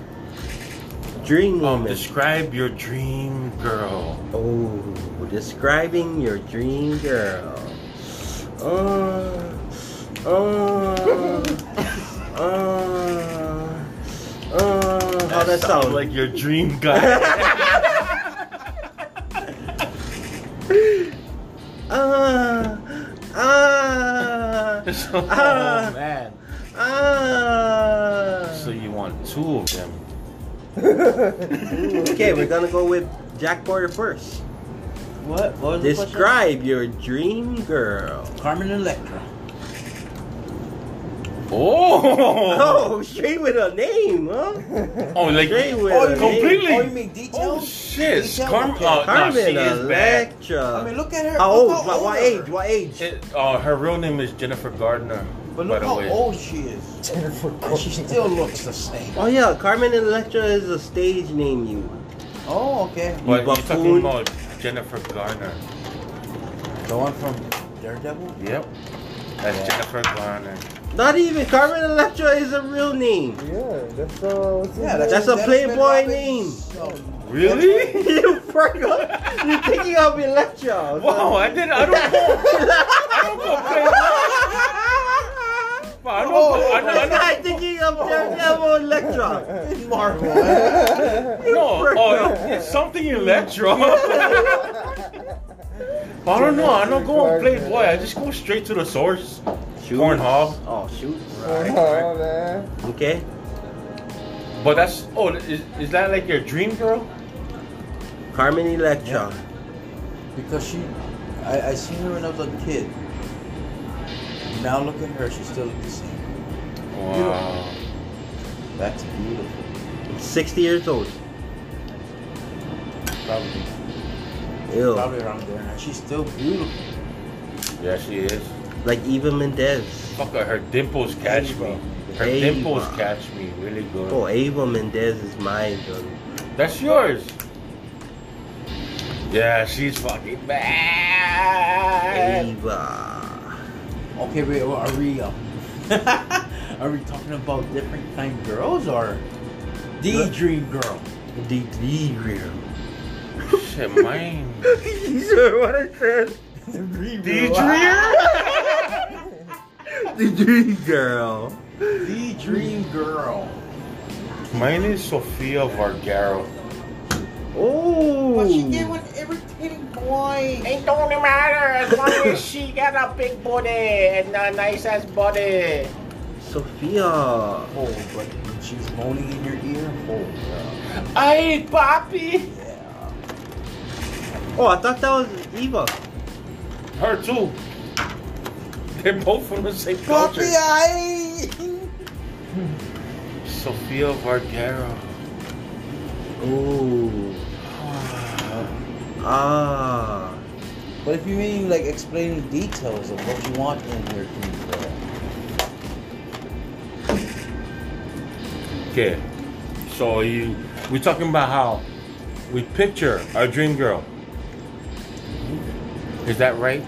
S1: Dream
S2: Um,
S1: woman.
S2: describe your dream girl.
S1: oh, describing your dream girl. Uh, uh, uh, uh, how that sound?
S2: like your dream guy.
S1: Ah, ah,
S2: so,
S1: Ah.
S2: oh, man.
S1: ah.
S2: So you want two of them?
S1: okay, we're gonna go with Jack Porter first.
S3: What? What was
S1: Describe your dream girl.
S3: the question? Carmen Electra.
S2: Oh!
S1: Oh, straight with a name, huh?
S2: Oh, like
S1: Straight with
S2: oh,
S1: a name.
S2: completely.
S3: Oh, you mean details?
S2: Oh shit!
S3: Details?
S2: Carmen,
S3: Okay.
S2: oh, no,
S1: Carmen
S2: she is bad.
S1: Electra.
S3: I mean, look at her.
S1: how
S3: Look
S1: old?
S3: how
S1: What, what
S3: old
S1: age?
S3: her-
S1: What age?
S2: It, uh, her real name is Jennifer Gardner.
S3: But
S2: by
S3: look
S2: the
S3: how
S2: way.
S3: old she is. And she still looks the same.
S1: Oh yeah, Carmen Electra is a stage name. You
S3: Oh, okay.
S2: But you're
S1: buffoon.
S2: talking about Jennifer Garner.
S3: The one from Daredevil?
S2: Yep. That's
S3: Yeah.
S2: Jennifer Garner.
S1: not even Carmen Electra is a real name.
S4: Yeah, that's uh, what's his name?
S1: That's a Playboy name.
S2: Really?
S1: you forgot? You're thinking of Electra.
S2: Wow! I did. I don't know. I don't know. Playboy.
S1: I'm
S2: I don't. know- I don't. I
S1: not thinking of Daredevil Electra.
S2: don't no. Oh, it's something electro. I don't know. I don't go on Playboy. I just go straight to the source. Pornhub.
S1: Oh shoot.
S4: Oh, man.
S1: Okay.
S2: But that's oh, is, is that like your dream girl?
S1: Carmen Electra.
S3: Because she, I, I seen her when I was a kid. Now look at her, she still looks the same.
S2: Wow.
S3: That's beautiful.
S1: 60 years old.
S3: Probably,
S1: Ew.
S3: probably around there. And she's still beautiful.
S2: Yeah, she is.
S1: Like Eva Mendez.
S2: Fuck her, her dimples catch me. Her
S1: Ava.
S2: dimples catch me really good.
S1: Oh, Eva Mendez is mine, though.
S2: That's yours. Yeah, she's fucking bad.
S1: Eva.
S3: Okay, wait, well, are we, um, are we talking about different kind of girls or the dream girl?
S1: The the real.
S2: Shit, mine.
S1: You sure what I said? The dream girl.
S3: The dream girl.
S2: Mine is Sofia Vergara.
S1: Oh.
S6: What she did with irritating boy.
S4: It don't matter as long as she got a big body and a nice ass body.
S1: Sophia.
S3: Oh, but when she's moaning in your ear. Oh, girl.
S4: Hey, Poppy.
S1: Oh, I thought that was Eva.
S2: Her too. They're both from the same
S6: Puppy
S2: culture.
S6: eye.
S2: Sofia Vergara.
S3: Oh.
S1: Ooh. Ah.
S6: But if you mean like explaining details of what you want in your dream girl,
S2: Okay. So you, we're talking about how we picture our dream girl. Is that right?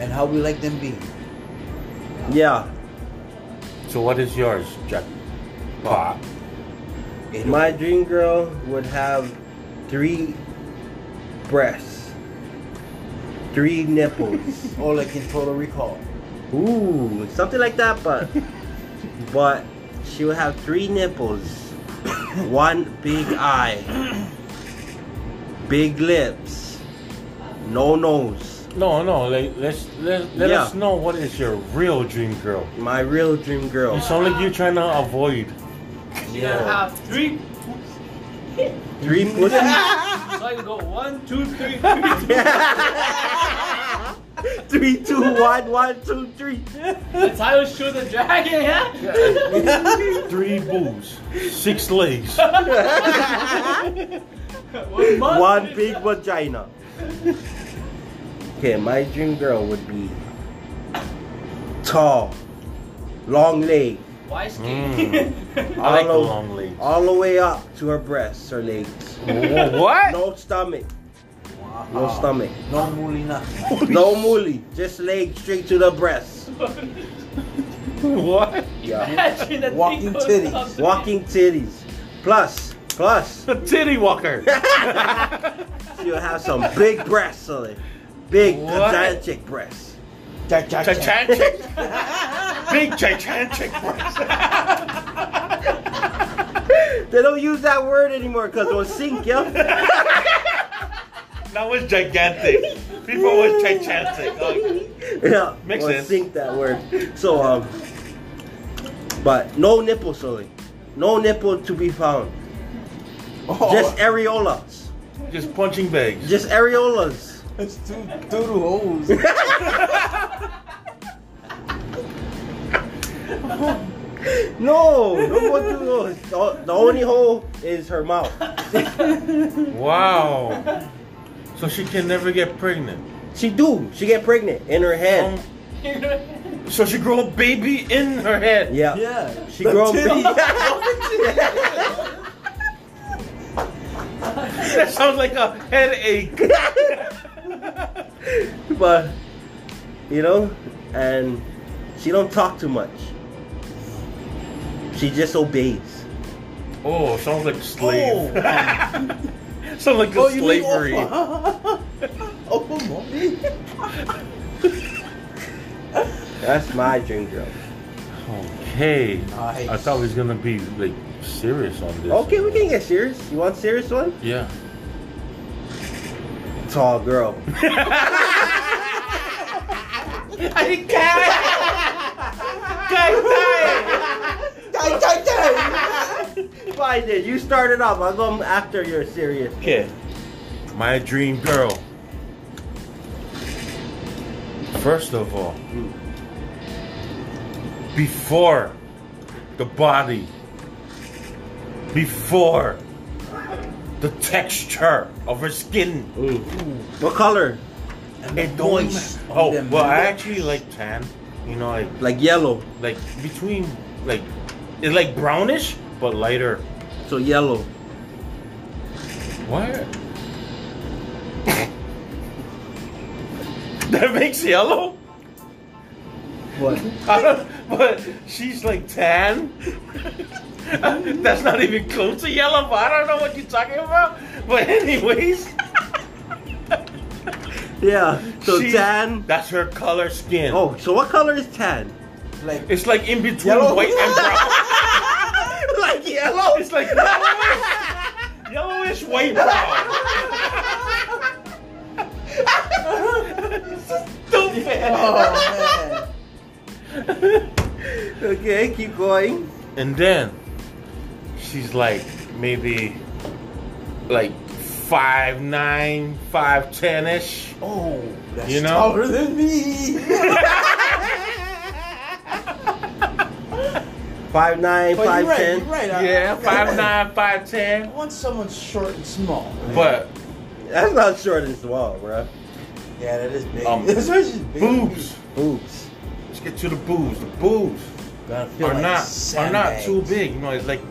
S6: and how we like them be.
S1: Yeah.
S2: So what is yours, Jack? Pop.
S6: It
S1: My dream girl would have three breasts, three nipples.
S6: or Oh, like in Total Recall.
S1: Ooh, something like that, but but she would have three nipples, one big eye, big lips, no nose.
S2: No, no. Like, let's let, let
S1: Yeah.
S2: us know what is your real dream girl.
S1: My real dream girl.
S2: You sound like you're trying to avoid.
S5: She gotta have three.
S1: Three pussies.
S5: So I can go one, two, three,
S1: three,
S5: three.
S1: two, one, one, two, three.
S5: That's how you shoot the dragon, yeah?
S2: Three boobs, six legs.
S5: One, month,
S1: One big vagina. Okay, my dream girl would be tall, long leg,
S5: Why skinny?
S2: Mm. I like the
S1: All o-
S2: long legs.
S1: all the way up to her breasts, her legs.
S2: what?
S1: No stomach. No stomach.
S6: No mulina.
S1: No moolie. Just leg straight to the breast.
S2: What?
S1: Yeah.
S5: Imagine that
S6: Walking
S5: thing goes
S6: titties.
S5: up to me.
S1: Walking titties. Plus, plus,
S2: A titty walker.
S1: she'll have some big breasts on it. Big
S2: What?
S1: giant chick breasts.
S6: Cha cha cha.
S2: Gigantic. Big gigantic breasts.
S1: They don't use that word anymore because it was sink, yeah?
S2: That was gigantic. People was gigantic. Like,
S1: yeah.
S2: Makes
S1: was
S2: sense.
S1: sink that word. So um but no nipple, Sully. No nipple to be found.
S6: Oh,
S1: Just areolas.
S2: just punching bags.
S1: Just areolas.
S6: it's two doodle holes.
S1: No, no more to those. The the only hole is her mouth.
S2: Wow. So she can never get pregnant.
S1: She do. She get pregnant in her head.
S2: Um, so she grow a baby in her head.
S1: yeah.
S6: yeah.
S1: She
S6: The
S1: grow big.
S6: titty.
S2: That sounds like a headache.
S1: but you know, and she don't talk too much. She just obeys.
S2: Oh, sounds like slave.
S6: Oh.
S2: sounds like
S6: Oh,
S2: a
S6: you mean
S2: slavery.
S3: uh-huh.
S6: Opa.
S3: Oh,
S6: Opa mommy.
S1: That's my dream girl.
S2: Okay. I thought we was gonna be like serious on this.
S1: Okay, we can get serious. You want serious one?
S2: Yeah.
S1: Tall girl.
S6: Cha cha cha.
S1: Fine then. You started off. I'll go after you're serious.
S2: Okay. My dream girl. First of all, before the body, before the texture of her skin,
S1: Ooh. What color?
S2: it don't.
S6: voice
S2: ma-
S6: of
S2: Oh,
S6: them.
S2: well, I actually like tan. You know, like
S1: Like yellow.
S2: like between like it's like brownish but lighter.
S1: So yellow.
S2: What? that makes yellow?
S1: What?
S2: I don't, but she's like tan. That's not even close to yellow, but I don't know what you're talking about. But anyways,
S1: Yeah. So
S2: She's-
S1: tan.
S2: That's her color skin.
S1: Oh, so what color is tan?
S3: Like
S2: It's like in between
S3: Yellow.
S2: white and brown.
S1: like yellow.
S2: It's like yellowish, yellowish white brown.
S3: oh man.
S1: Okay, keep going.
S2: And then she's like maybe like five nine, five ten ish.
S3: Oh, that's
S2: You know?
S3: taller than me.
S1: Five nine,
S3: but
S1: five
S3: you're right.
S1: ten.
S3: You're right. I-
S2: Yeah,
S3: I-
S2: five nine, five
S3: I
S2: ten.
S3: want someone short and small. man.
S2: But
S1: That's not short and small, bro.
S3: yeah, that is big.
S2: Um,
S3: That's why she's big.
S2: boobs.
S1: Oops.
S2: Let's get to the boobs. The boobs
S3: Gotta feel
S2: are
S3: like
S2: not are not
S3: sandbags.
S2: too big. You know, it's like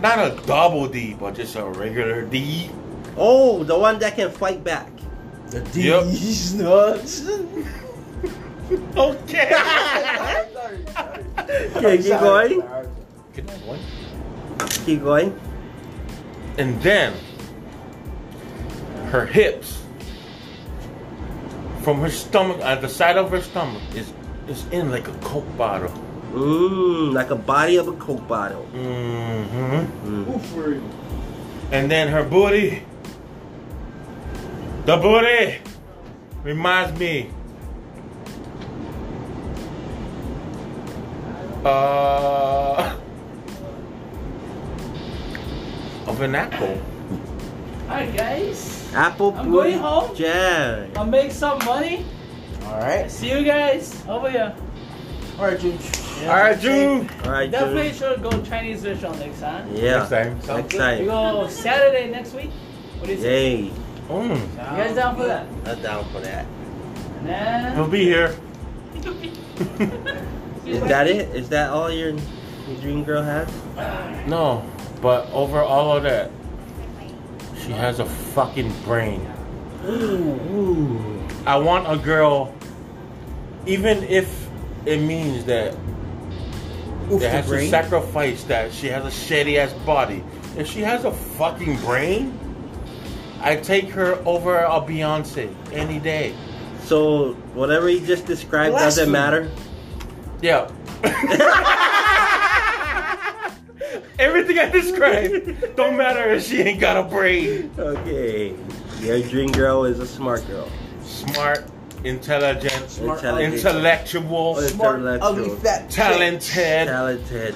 S2: not a double D, but just a regular D.
S1: Oh, the one that can fight back.
S3: The
S2: Yep.
S3: D's nuts.
S2: Okay.
S3: Sorry, sorry.
S1: Okay, keep
S3: Sorry,
S1: going.
S3: sorry.
S2: Can I have one?
S1: Keep going.
S2: And then her hips from her stomach at the side of her stomach is is in like a coke bottle.
S1: Mmm, like a body of a coke bottle.
S2: hmm
S5: Oof, where are you?
S2: And then her booty. The booty reminds me. Uh, of an apple.
S5: Alright, guys.
S1: Apple
S5: I'm
S1: fruit
S5: going home.
S1: jam.
S5: I'll make some money.
S3: All right.
S5: See you guys over here.
S3: All right, June.
S2: Alright, June.
S1: All right,
S5: Definitely
S1: dude.
S5: should go Chinese restaurant next time.
S2: Next
S1: Yeah.
S2: time.
S1: Next
S5: You
S1: time.
S5: go Saturday next week. What do you say?
S1: Yay.
S2: Mm.
S5: You guys down for that?
S1: Not down for that.
S5: Nah.
S2: We'll be here.
S1: Is that it? Is that all your dream girl has?
S2: no, but over all of that, she has a fucking brain. I want a girl, even if it means that
S1: Oof,
S2: they
S1: the
S2: has to
S1: brain?
S2: sacrifice that she has a shitty ass body. If she has a fucking brain, I take her over a Beyonce any day.
S1: So whatever you just described doesn't
S3: Blasphemy.
S1: matter.
S2: Yeah. Everything I described don't matter if she ain't got a brain.
S1: Okay. Your dream girl is a smart girl.
S2: Smart, intelligent,
S3: Smart,
S1: Intelligent.
S2: intellectual,
S1: Intellectual.
S3: Smart,
S1: Turn left,
S3: ugly,
S1: dude.
S3: fat, chick.
S2: talented,
S1: Talented.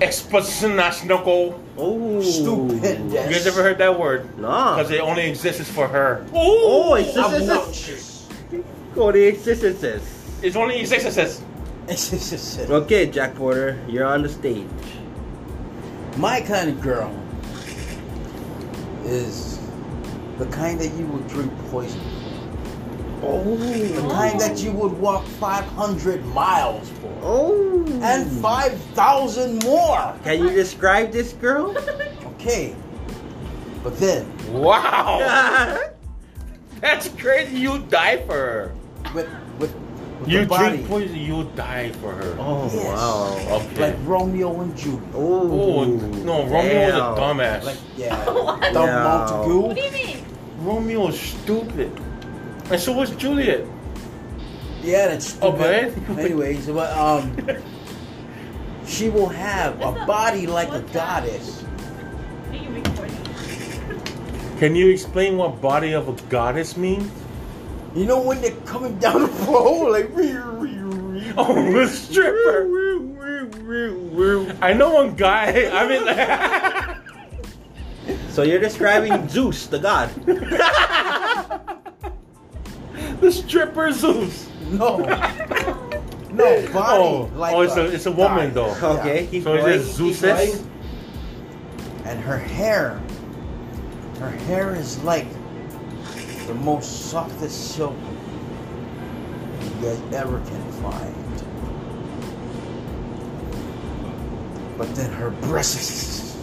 S2: expositional.
S1: Oh.
S3: Stupid.
S2: You guys ever heard that word?
S1: Nah.
S2: Because it only exists for her.
S1: Oh, it's this, this, this.
S3: Obnoxious.
S1: Cody, it's this, this, this.
S2: It's only exists.
S1: Okay, Jack Porter, you're on the stage.
S3: My kind of girl is the kind that you would drink poison.
S1: Oh.
S3: The kind that you would walk 500 miles for.
S1: Oh.
S3: And
S2: Mm.
S3: 5,000 more.
S1: Can you describe this girl?
S3: Okay. But then,
S2: Wow.
S1: That's
S2: That's crazy. You die for her.
S3: with, with, with
S2: You
S3: the body,
S2: drink poison, you die for her.
S1: Oh
S3: Yes.
S1: wow.
S2: Okay.
S3: like Romeo and Juliet.
S2: Oh
S1: Oh
S2: no, Romeo was a dumbass.
S3: Like, yeah.
S7: What?
S3: Dumb
S1: Yeah.
S7: What do
S3: Montague.
S7: you mean?
S2: Romeo is stupid. And so was Juliet.
S3: Yeah, that's stupid.
S2: Oh, but-
S3: Anyways, but, um, she will have a body like a goddess.
S7: Are you recording?
S2: Can you explain what body of a goddess means?
S3: You know when they're coming down the pole, like real,
S2: Oh, a stripper. I know one guy. I mean,
S1: So you're describing Zeus, the god.
S2: the stripper Zeus.
S3: no, no body
S2: Oh,
S3: like
S2: oh, it's a
S3: a
S2: it's a woman
S3: goddess.
S2: though.
S1: Okay, keep
S2: So
S1: going.
S2: is it
S1: keep going.
S2: Zeus?
S3: And her hair, her hair is like the most softest silk you guys ever can find. But then her breasts,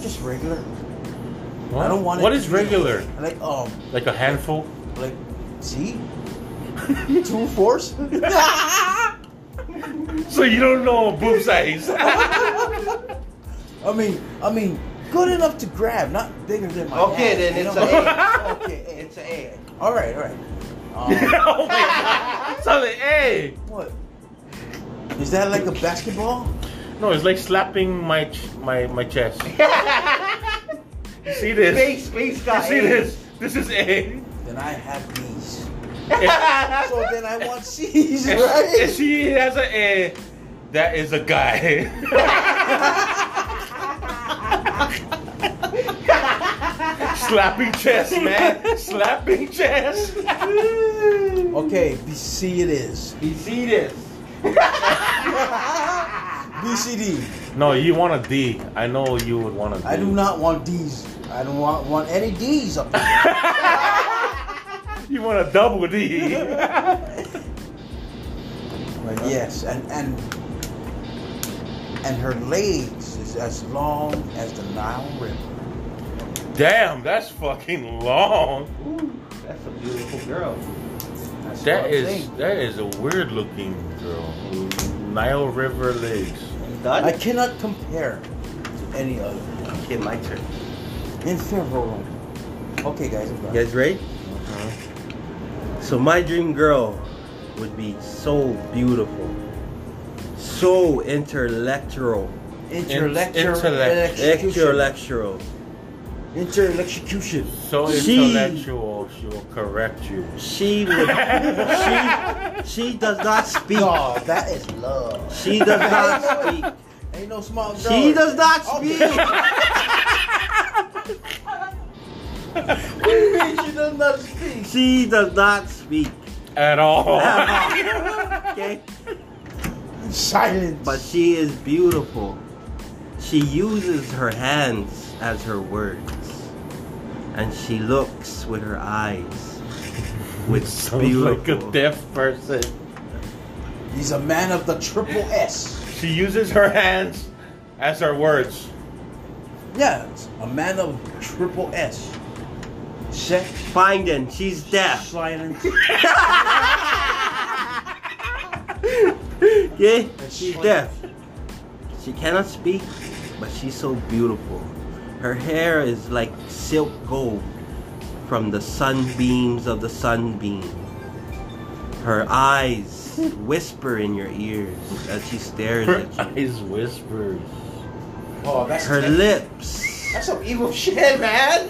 S3: just regular,
S2: What?
S3: I don't want
S2: What
S3: it
S2: is
S3: to be-
S2: regular?
S3: like um.
S2: Like a handful?
S3: Like, see? Two fourths? I Oh.
S2: So you don't know boob size.
S3: mean, I mean,
S6: good enough to grab, not bigger than my.
S1: Okay,
S6: hand,
S1: then
S6: you
S1: it's
S6: know?
S1: a
S6: okay,
S1: It's a
S6: A. all right, all right. Um,
S2: oh my god. Something, hey.
S6: what? Is that like a basketball?
S2: No, it's like slapping my ch- my my chest. you see this?
S1: Space, space
S2: you
S1: guy.
S2: see this? This is A.
S6: Then I have these. so then I want C's,
S2: If-
S6: right?
S2: If she has an A, eh, that is a guy. Slapping chest, man. Slapping chest.
S6: Okay, BC it is.
S1: You see this?
S6: BCD.
S2: No, you want a D. I know you would want a D.
S6: I do not want D's. I don't want, want any D's up there.
S2: You want a double D.
S6: But yes, and and and her legs is as long as the Nile River.
S2: Damn, that's fucking long.
S1: Ooh, that's a beautiful girl.
S6: That's what
S2: That
S6: I'm
S2: is
S6: saying.
S2: that is a weird looking girl. Nile River legs.
S1: You
S6: I
S1: done?
S6: cannot compare to any other.
S1: Okay, my turn.
S6: In several. Okay, guys. I'm done.
S1: You guys ready? So my dream girl would be so beautiful, so intellectual,
S6: Intellectual.
S2: intellect-
S1: intellectual.
S6: Interlectution.
S2: So
S1: She-
S2: intellectual, she will correct you.
S1: She would. she she does not speak.
S6: No, that is love.
S1: She does not speak.
S6: Ain't no small girl.
S1: She does not
S6: Okay.
S1: speak.
S6: What do you mean she does not speak?
S1: She does not speak.
S2: At all.
S1: okay,
S6: Silence.
S1: but she is beautiful. She uses her hands as her words, and she looks with her eyes. With
S2: Sounds like
S1: beautiful.
S2: a deaf person.
S6: He's a man of the triple S.
S2: She uses her hands as her words.
S6: Yeah, a man of triple S. Sex,
S1: Fine then, she's deaf.
S6: silence,
S1: Yeah,
S6: That's
S1: she's
S6: funny.
S1: deaf. She cannot speak, but she's so beautiful. Her hair is like silk gold from the sunbeams of the sunbeam. Her eyes whisper in your ears as she stares
S2: Her
S1: at you.
S2: eyes whispers.
S6: Oh, that's
S1: Her
S6: that's-
S1: lips,
S6: That's some evil shit, man.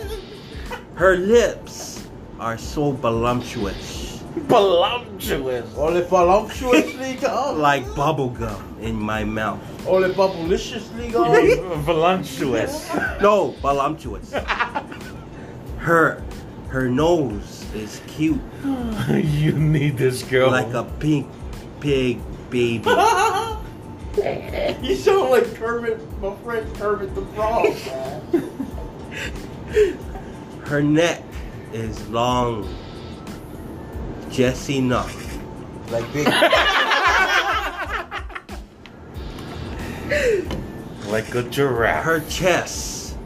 S1: her lips are so voluptuous,
S2: Voluptuous.
S6: Only voluptuously gone.
S1: like bubblegum in my mouth.
S6: only bubbleiciously gone.
S2: Voluptuous.
S1: No, voluptuous. Her her nose is cute
S2: you need this girl.
S1: like a pink pig baby.
S6: you sound like Kermit, my friend Kermit the Frog, man.
S1: Her neck is long just enough.
S6: Like big.
S2: like a giraffe.
S1: Her chest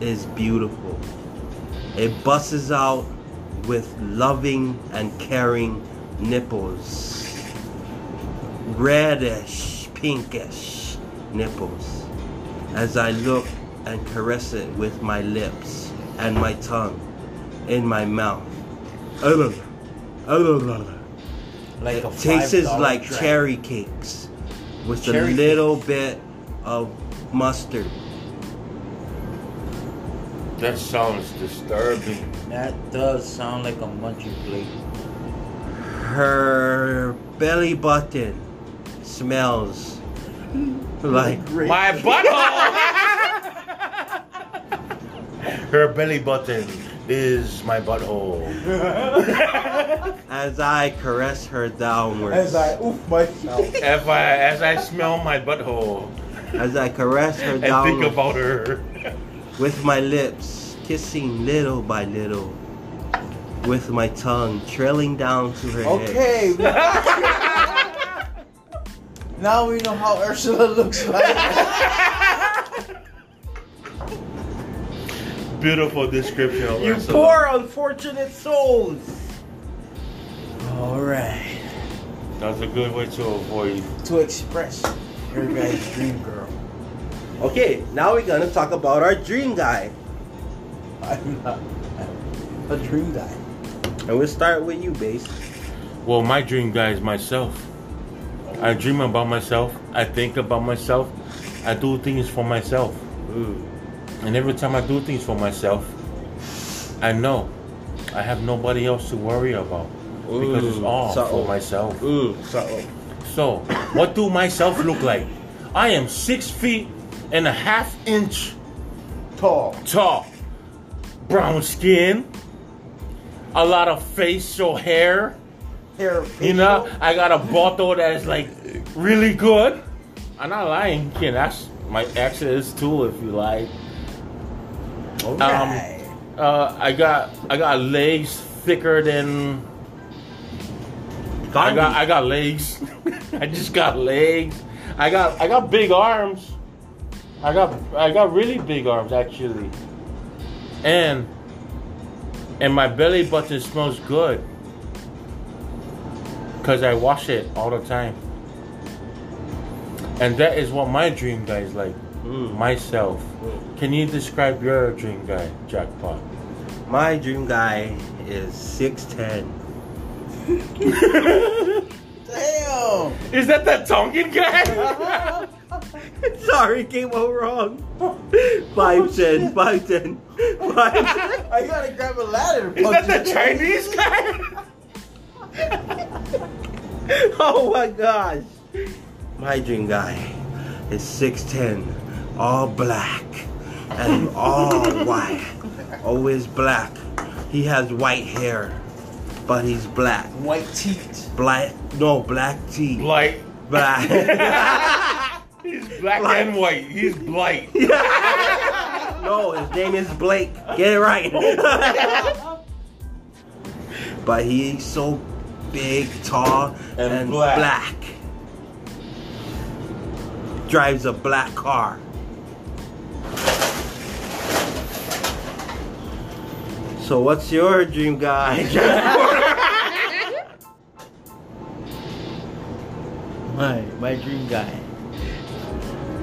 S1: is beautiful. It busses out with loving and caring nipples. Reddish, pinkish nipples. As I look and caress it with my lips and my tongue in my mouth. Oh,
S6: Like a
S1: It tastes
S6: $5
S1: like
S6: drink.
S1: cherry cakes with
S6: Cherry
S1: a
S6: cakes.
S1: little bit of mustard.
S2: that sounds disturbing.
S3: That does sound like a munchie plate.
S1: Her belly button smells like
S6: Great.
S2: My butthole. Her belly button is my butthole.
S1: as I caress her downwards.
S6: As I oof myself.
S2: If I, as I smell my butthole
S1: As I caress her
S2: and think
S1: downwards
S2: about her.
S1: with my lips, kissing little by little, with my tongue trailing down to her head.
S6: Okay. we- now we know how Ursula looks like.
S2: Beautiful description of
S1: You
S2: Ursula.
S1: poor unfortunate souls.
S6: All right.
S2: That's a good way to avoid
S6: To express your guy's dream girl.
S1: Okay, now we're gonna talk about our dream guy,
S6: I'm not a dream guy.
S1: and we'll start with you, base.
S2: Well, my dream guy is myself. I dream about myself. I think about myself. I do things for myself. And every time I do things for myself, I know I have nobody else to worry about because it's
S1: Ooh,
S2: all
S1: subtle.
S2: for myself.
S1: Ooh, so
S2: So, what do myself look like? I am six feet and a half inch
S6: Tall.
S2: tall, brown skin, a lot of facial hair.
S6: Hair.
S2: You know, I got a bottle that's like really good. I'm not lying, kid. That's my ex is too, if you like.
S6: All
S2: Um,
S6: right.
S2: uh, I got I got legs thicker than I got I got legs. I just got legs. I got I got big arms. I got I got really big arms actually. And and my belly button smells good. Cause I wash it all the time. And that is what my dream guy is like. Myself. Can you describe your dream guy, Jackpot?
S1: My dream guy is six ten.
S6: Damn.
S2: Is that that Tongan guy?
S1: Sorry, came out wrong. Five ten, five ten, five.
S6: I gotta grab a ladder.
S2: Is that
S6: punch
S2: the
S6: it.
S2: Chinese guy?
S1: Oh my gosh. My dream guy is six ten, all black and all white. Always black. He has white hair, but he's black.
S6: White teeth.
S1: Black, no black teeth.
S2: Blight.
S1: Black.
S2: He's black
S1: Blight.
S2: and white. He's blight.
S1: no, his name is Blake. Get it right. but he's so big, tall, and,
S2: And black.
S1: black. Drives a black car. So what's your dream guy?
S3: My my dream guy.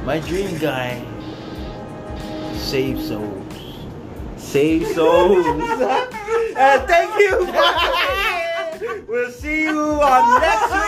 S3: My dream guy saves souls.
S1: Save souls. Uh, and thank you. We'll see you on next